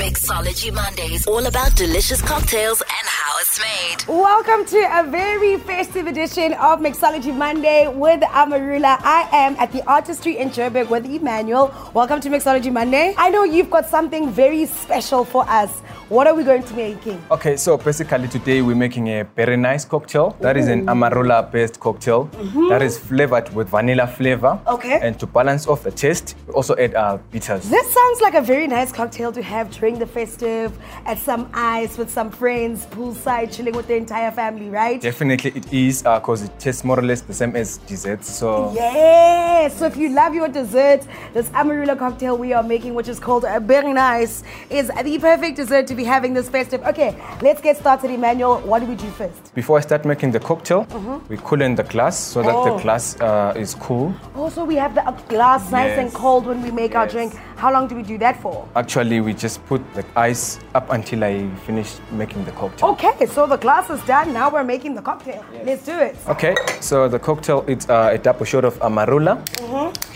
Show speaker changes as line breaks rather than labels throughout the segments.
Mixology Mondays, all about delicious cocktails and how it's made.
Welcome to a very festive edition of Mixology Monday with Amarula. I am at the Artistry in Joburg with Emmanuel. Welcome to Mixology Monday. I know you've got something very special for us. What are we going to be making?
Okay, so basically today we're making a very nice cocktail. That is an Amarula based cocktail that is flavored with vanilla flavor.
Mm-hmm. Okay.
And to balance off the taste, we also add uh, bitters.
This sounds like a very nice cocktail to have during the festive at some ice with some friends, poolside, chilling with the entire family, right?
Definitely it is because it tastes more or less the same as dessert. So
Yes. So if you love your dessert, this Amarula cocktail we are making, which is called a very nice, is the perfect dessert to be having this festive. Okay, let's get started, Emmanuel. What do we do first?
before I start making the cocktail, we cool in the glass so that
Mm-hmm. Oh.
the glass uh, is cool.
Also, we have the uh, glass nice and
Yes.
cold when we make our
Yes.
drink. How long do we do that for?
Actually, we just put the ice up until I finish making the cocktail.
Okay, so the glass is done. Now we're making the cocktail. Let's do it.
Okay, so the cocktail it's uh, a double shot of Amarula.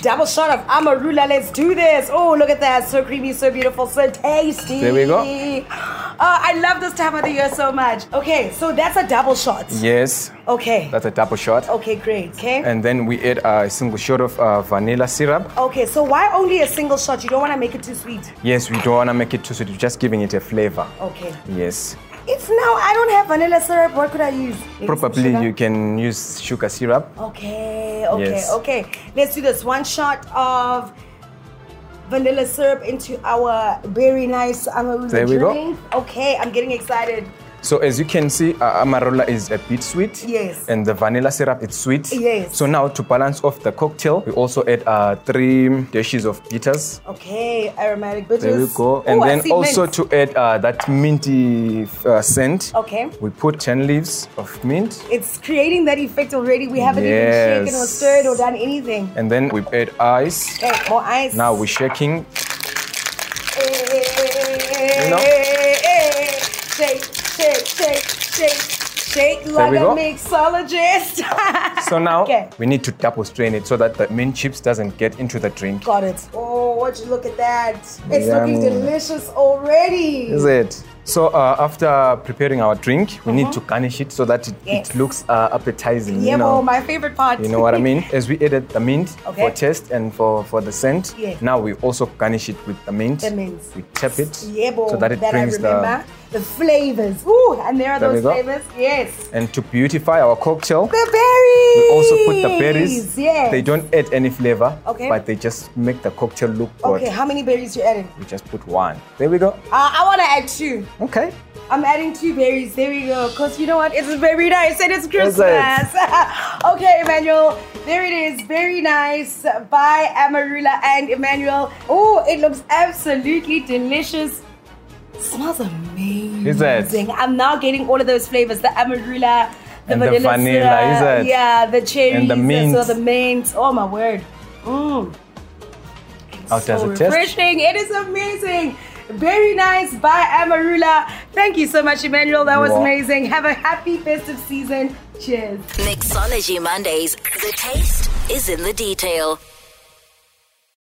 Double shot of Amarula. Let's do this. Oh, look at that. So creamy, so beautiful, so tasty.
There we go.
Oh, I love this time of the year so much. Okay, so that's a double shot.
Yes,
Okay.
that's a double shot.
okay, great. Okay.
And then we add uh, a single shot of uh, vanilla syrup.
okay, so why only a single shot? You don't want to make it too sweet.
Yes, we don't want to make it too sweet, we're just giving it a flavor.
Okay.
Yes.
It's now. I don't have vanilla syrup. What could I use? Maybe some
Probably
sugar?
you can use sugar syrup.
Okay, okay,
Yes.
okay. Let's do this. One shot of vanilla syrup into our very nice Amarula
There we go.
drink. Okay, I'm getting excited.
So as you can see, uh, Amarula is a bit sweet.
Yes.
And the vanilla syrup is sweet.
Yes.
So now to balance off the cocktail, we also add uh, three dishes of bitters.
Okay, aromatic bitters.
There we go.
Oh,
And
I
then
see
also
mint.
to add uh, that minty uh, scent,
Okay.
we put 10 leaves of mint.
It's creating that effect already. We haven't even shaken or
Yes.
stirred or done anything.
And then we add ice.
Okay, more ice.
Now we're shaking. know?
Shake, shake, shake, shake, shake like
we
a
go.
mixologist.
So now
Okay.
we need to double strain it so that the mint chips doesn't get into the drink.
Got it. Oh, would you look at that? It's looking
Yummy.
delicious already.
Is it? So uh, after preparing our drink, we need to garnish it so that it,
Uh-huh. Yes.
it looks uh, appetizing.
Yeah,
you know,
well, my favorite part.
you know what I mean. As we added the mint
Okay.
for taste and for for the scent,
Yeah.
now we also garnish it with the mint.
The mint.
We tap it
yeah, well,
so that it
that I
brings
remember.
the
The, flavors. Ooh, and there are
There we
those
go.
flavors. Yes.
and to beautify our cocktail.
The berries.
We also put the berries.
Yes.
They don't add any flavor,
Okay.
but they just make the cocktail look good.
Okay, how many berries you adding?
We just put one. There we go.
Uh, I want to add two.
Okay.
I'm adding two berries. There we go. Because you know what? It's very nice and it's Christmas. okay, Emmanuel. There it is. Very nice by Amarula and Emmanuel. Oh, it looks absolutely delicious. Smells amazing.
Is it?
I'm now getting all of those flavors the Amarula, the
And the
vanilla.
vanilla, is
syrup,
it?
Yeah, the cherries.
And the
as well,
mint.
the mint. Oh, my word. Mm.
How Oh, does
so
it taste?
refreshing. It is amazing. Very nice by Amarula. Thank you so much, Emmanuel. That was
You're welcome.
amazing. Have a happy festive season. Cheers.
Mixology Mondays, the taste is in the detail.